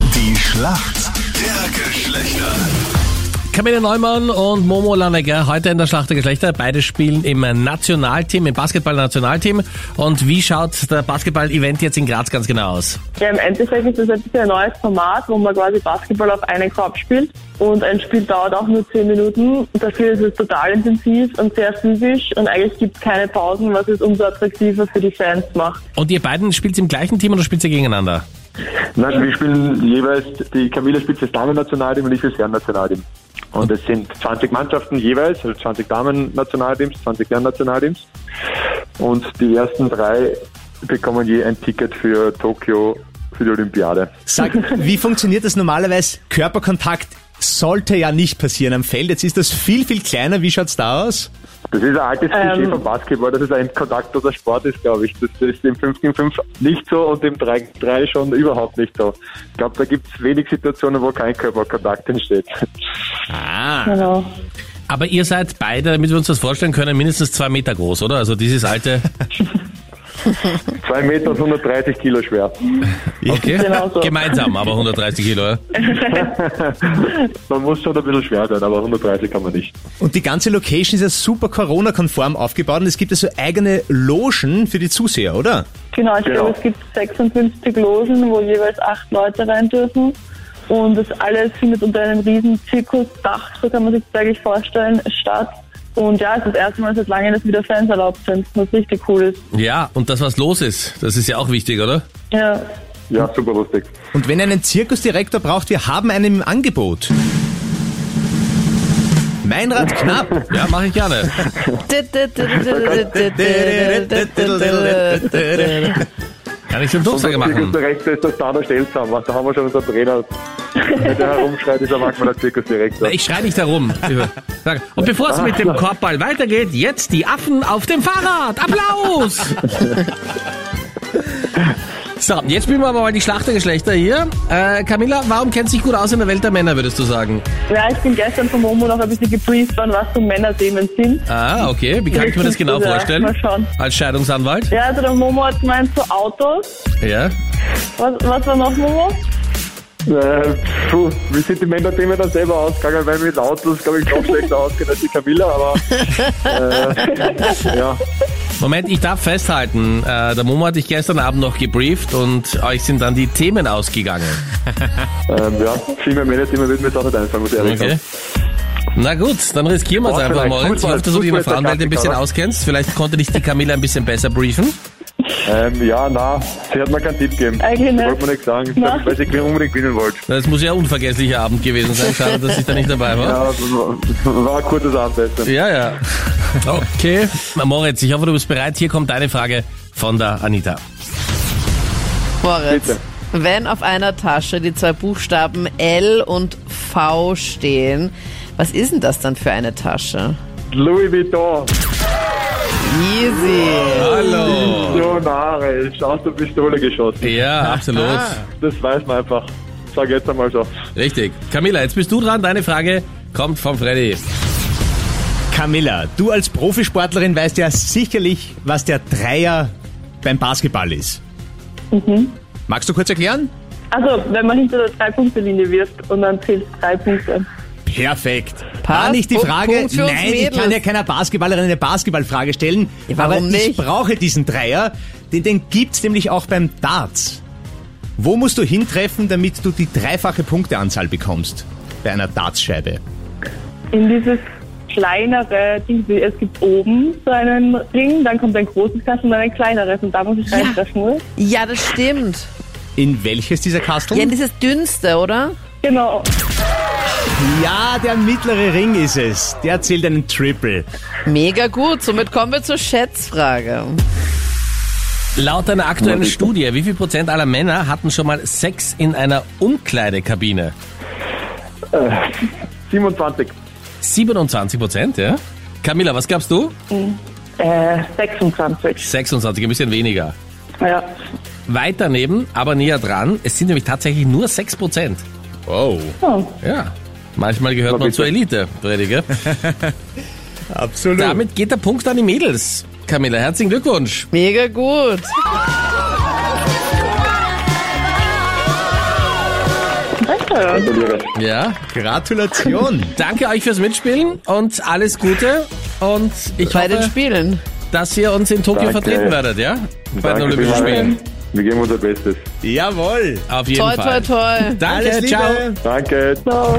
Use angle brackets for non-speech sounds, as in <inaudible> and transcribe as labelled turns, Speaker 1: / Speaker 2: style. Speaker 1: Die Schlacht der Geschlechter.
Speaker 2: Camille Neumann und Momo Lanneger heute in der Schlacht der Geschlechter. Beide spielen im Nationalteam, im Basketball-Nationalteam. Und wie schaut der Basketball-Event jetzt in Graz ganz genau aus?
Speaker 3: Ja, im Endeffekt ist das ein bisschen ein neues Format, wo man quasi Basketball auf einen Korb spielt. Und ein Spiel dauert auch nur 10 Minuten. Dafür ist es total intensiv und sehr physisch und eigentlich gibt es keine Pausen, was es umso attraktiver für die Fans macht.
Speaker 2: Und ihr beiden spielt im gleichen Team oder spielt ihr gegeneinander?
Speaker 4: Nein, wir spielen jeweils, die Camila spielt fürs Damen-Nationalteam und ich fürs Herren-Nationalteam. Und es sind 20 Mannschaften jeweils, also 20 Damen-Nationalteams, 20 Herren-Nationalteams. Und die ersten drei bekommen je ein Ticket für Tokio für die Olympiade.
Speaker 5: Sag, wie funktioniert das normalerweise? Körperkontakt sollte ja nicht passieren am Feld. Jetzt ist das viel, viel kleiner. Wie schaut's da aus?
Speaker 4: Das ist ein altes Klischee
Speaker 3: Ähm.
Speaker 4: vom Basketball, dass es ein kontaktloser Sport ist, glaube ich. Das ist im 5 gegen 5 nicht so und im 3 gegen 3 schon überhaupt nicht so. Ich glaube, da gibt es wenig Situationen, wo kein Körperkontakt entsteht.
Speaker 2: Ah.
Speaker 3: Genau.
Speaker 2: Aber ihr seid beide, damit wir uns das vorstellen können, mindestens zwei Meter groß, oder? Also dieses
Speaker 3: <laughs>
Speaker 2: alte...
Speaker 4: 2 Meter und 130 Kilo schwer.
Speaker 2: Okay.
Speaker 3: Genau so.
Speaker 2: Gemeinsam, aber 130 Kilo, ja?
Speaker 4: Man muss schon ein bisschen schwer sein, aber 130 kann man nicht.
Speaker 5: Und die ganze Location ist ja super Corona-konform aufgebaut und es gibt ja so eigene Logen für die Zuseher, oder?
Speaker 3: Genau, ich
Speaker 4: Genau.
Speaker 3: glaube, es gibt 56 Logen, wo jeweils acht Leute rein dürfen. Und das alles findet unter einem riesen Zirkusdach, so kann man sich das eigentlich vorstellen, statt. Und ja, es ist das erste Mal seit langem, dass wieder Fans erlaubt sind, was richtig cool ist.
Speaker 2: Ja, und das, was los ist, das ist ja auch wichtig, oder?
Speaker 3: Ja,
Speaker 4: Ja, super lustig.
Speaker 5: Und wenn ihr einen Zirkusdirektor braucht, wir haben einen im Angebot. Meinrad Knapp.
Speaker 2: <laughs> Ja, mache ich gerne. Kann ich schon
Speaker 3: <laughs>
Speaker 2: Durchsage machen.
Speaker 4: Zirkus der Rechte ist das da der Stelzhammer. Da haben wir schon unseren Trainer. Wenn der herumschreit, ist er manchmal der
Speaker 2: <laughs>
Speaker 4: Zirkusdirektor.
Speaker 2: Ich schrei nicht darum. Sag, Und bevor es mit dem Korbball weitergeht, jetzt die Affen auf dem Fahrrad. Applaus! So, jetzt spielen wir aber mal die Schlachtergeschlechter hier. Äh, Camilla, warum kennt sich gut aus in der Welt der Männer, würdest du sagen?
Speaker 3: ja ich bin gestern vom Momo noch ein bisschen gebrieft worden, was so Männerthemen sind.
Speaker 2: Ah, okay. Wie kann ich mir das genau vorstellen?
Speaker 3: Mal schauen.
Speaker 2: Als Scheidungsanwalt?
Speaker 3: Ja, also der Momo hat gemeint, so Autos.
Speaker 2: Ja.
Speaker 3: Was, was war noch, Momo?
Speaker 4: Äh, puh, wie sind die Männerthemen dann selber ausgegangen? Weil mit Autos, glaube ich, noch schlechter ausgeht als die Camilla, aber äh, ja.
Speaker 2: Moment, ich darf festhalten, äh, der Momo hat dich gestern Abend noch gebrieft und euch sind dann die Themen ausgegangen.
Speaker 4: Ähm, ja, viel mehr Männerthemen wird mir jetzt auch nicht einfallen, muss ich ehrlich
Speaker 2: Okay.
Speaker 4: sagen.
Speaker 2: Na gut, dann riskieren wir es
Speaker 4: Boah,
Speaker 2: einfach
Speaker 4: vielleicht
Speaker 2: mal. Ich
Speaker 4: Fußball,
Speaker 2: hoffe, dass du dich in der
Speaker 4: Fußball ist der
Speaker 2: Frauenwelt ein bisschen
Speaker 4: Klassiker,
Speaker 2: auskennst. Vielleicht konnte dich die Camilla ein bisschen besser briefen.
Speaker 4: Ähm, ja, na, sie hat mir keinen Tipp gegeben.
Speaker 3: Eigentlich
Speaker 4: Ich
Speaker 3: nicht.
Speaker 4: wollte mir nicht sagen,
Speaker 3: Na.
Speaker 4: weil sie unbedingt gewinnen wollte.
Speaker 2: Das muss ja ein unvergesslicher Abend gewesen sein. Schade, dass ich da nicht dabei war.
Speaker 4: Ja, war- war ein kurzes Abendessen.
Speaker 2: Ja, ja. Okay. Moritz, ich hoffe, du bist bereit. Hier kommt deine Frage von der Anita.
Speaker 6: Moritz,
Speaker 4: Bitte.
Speaker 6: wenn auf einer Tasche die zwei Buchstaben L und V stehen, was ist denn das dann für eine Tasche?
Speaker 4: Louis Vuitton,
Speaker 6: Easy.
Speaker 2: Hallo.
Speaker 4: Missionare, ist aus der Pistole geschossen.
Speaker 2: Ja, absolut.
Speaker 4: Das weiß man einfach. Sag jetzt einmal so.
Speaker 2: Richtig. Camilla, jetzt bist du dran. Deine Frage kommt von Freddy.
Speaker 5: Camilla, du als Profisportlerin weißt ja sicherlich, was der Dreier beim Basketball ist.
Speaker 6: Mhm.
Speaker 5: Magst du kurz erklären?
Speaker 3: Also, wenn man hinter der Drei-Punkte-Linie wirft und dann zählt drei Punkte.
Speaker 5: Perfekt.
Speaker 6: Passt.
Speaker 5: War nicht die
Speaker 6: Punkt-
Speaker 5: Frage.
Speaker 6: Punkt für uns
Speaker 5: Nein, ich
Speaker 6: Mädels.
Speaker 5: kann ja keiner Basketballerin eine Basketballfrage stellen.
Speaker 6: Ja, warum
Speaker 5: aber ich
Speaker 6: nicht?
Speaker 5: brauche diesen Dreier, denn den gibt's nämlich auch beim Darts. Wo musst du hintreffen, damit du die dreifache Punkteanzahl bekommst? Bei einer Dartscheibe.
Speaker 3: In dieses kleinere Ding, es gibt oben so einen Ring, dann kommt ein großes Kasten und dann ein kleineres und da muss ich reintreffen, oder?
Speaker 6: Ja, das stimmt.
Speaker 5: In welches dieser Kasteln?
Speaker 6: Ja, dieses dünnste, oder?
Speaker 3: Genau.
Speaker 5: Ja, der mittlere Ring ist es. Der zählt einen Triple.
Speaker 6: Mega gut. Somit kommen wir zur Schätzfrage.
Speaker 2: Laut einer aktuellen Studie, wie viel Prozent aller Männer hatten schon mal Sex in einer Umkleidekabine?
Speaker 4: 27.
Speaker 2: 27 Prozent, ja? Camilla, was gabst du?
Speaker 3: Äh, 26.
Speaker 2: 26, ein bisschen weniger.
Speaker 3: Ja.
Speaker 2: Weit daneben, aber näher dran. Es sind nämlich tatsächlich nur 6 Prozent.
Speaker 5: Wow.
Speaker 3: Oh.
Speaker 2: Ja. Manchmal gehört
Speaker 4: Aber
Speaker 2: man
Speaker 4: bitte.
Speaker 2: zur Elite, Prediger.
Speaker 5: <laughs> Absolut.
Speaker 2: Damit geht der Punkt an die Mädels. Camilla, herzlichen Glückwunsch.
Speaker 6: Mega gut.
Speaker 4: Gratuliere.
Speaker 2: Ja.
Speaker 5: Gratulation.
Speaker 2: Danke euch fürs Mitspielen und alles Gute. Und ich
Speaker 6: Bei den
Speaker 2: hoffe,
Speaker 6: Spielen.
Speaker 2: dass ihr uns in Tokio
Speaker 4: Danke.
Speaker 2: vertreten werdet, ja? Bei den
Speaker 4: Danke
Speaker 2: Olympischen
Speaker 4: vielmals.
Speaker 2: Spielen.
Speaker 4: Wir geben unser Bestes.
Speaker 5: Jawohl.
Speaker 2: Auf jeden
Speaker 6: Toi,
Speaker 2: Fall.
Speaker 6: toi, toi.
Speaker 2: Danke,
Speaker 5: Alles Liebe.
Speaker 2: ciao.
Speaker 4: Danke.
Speaker 3: So.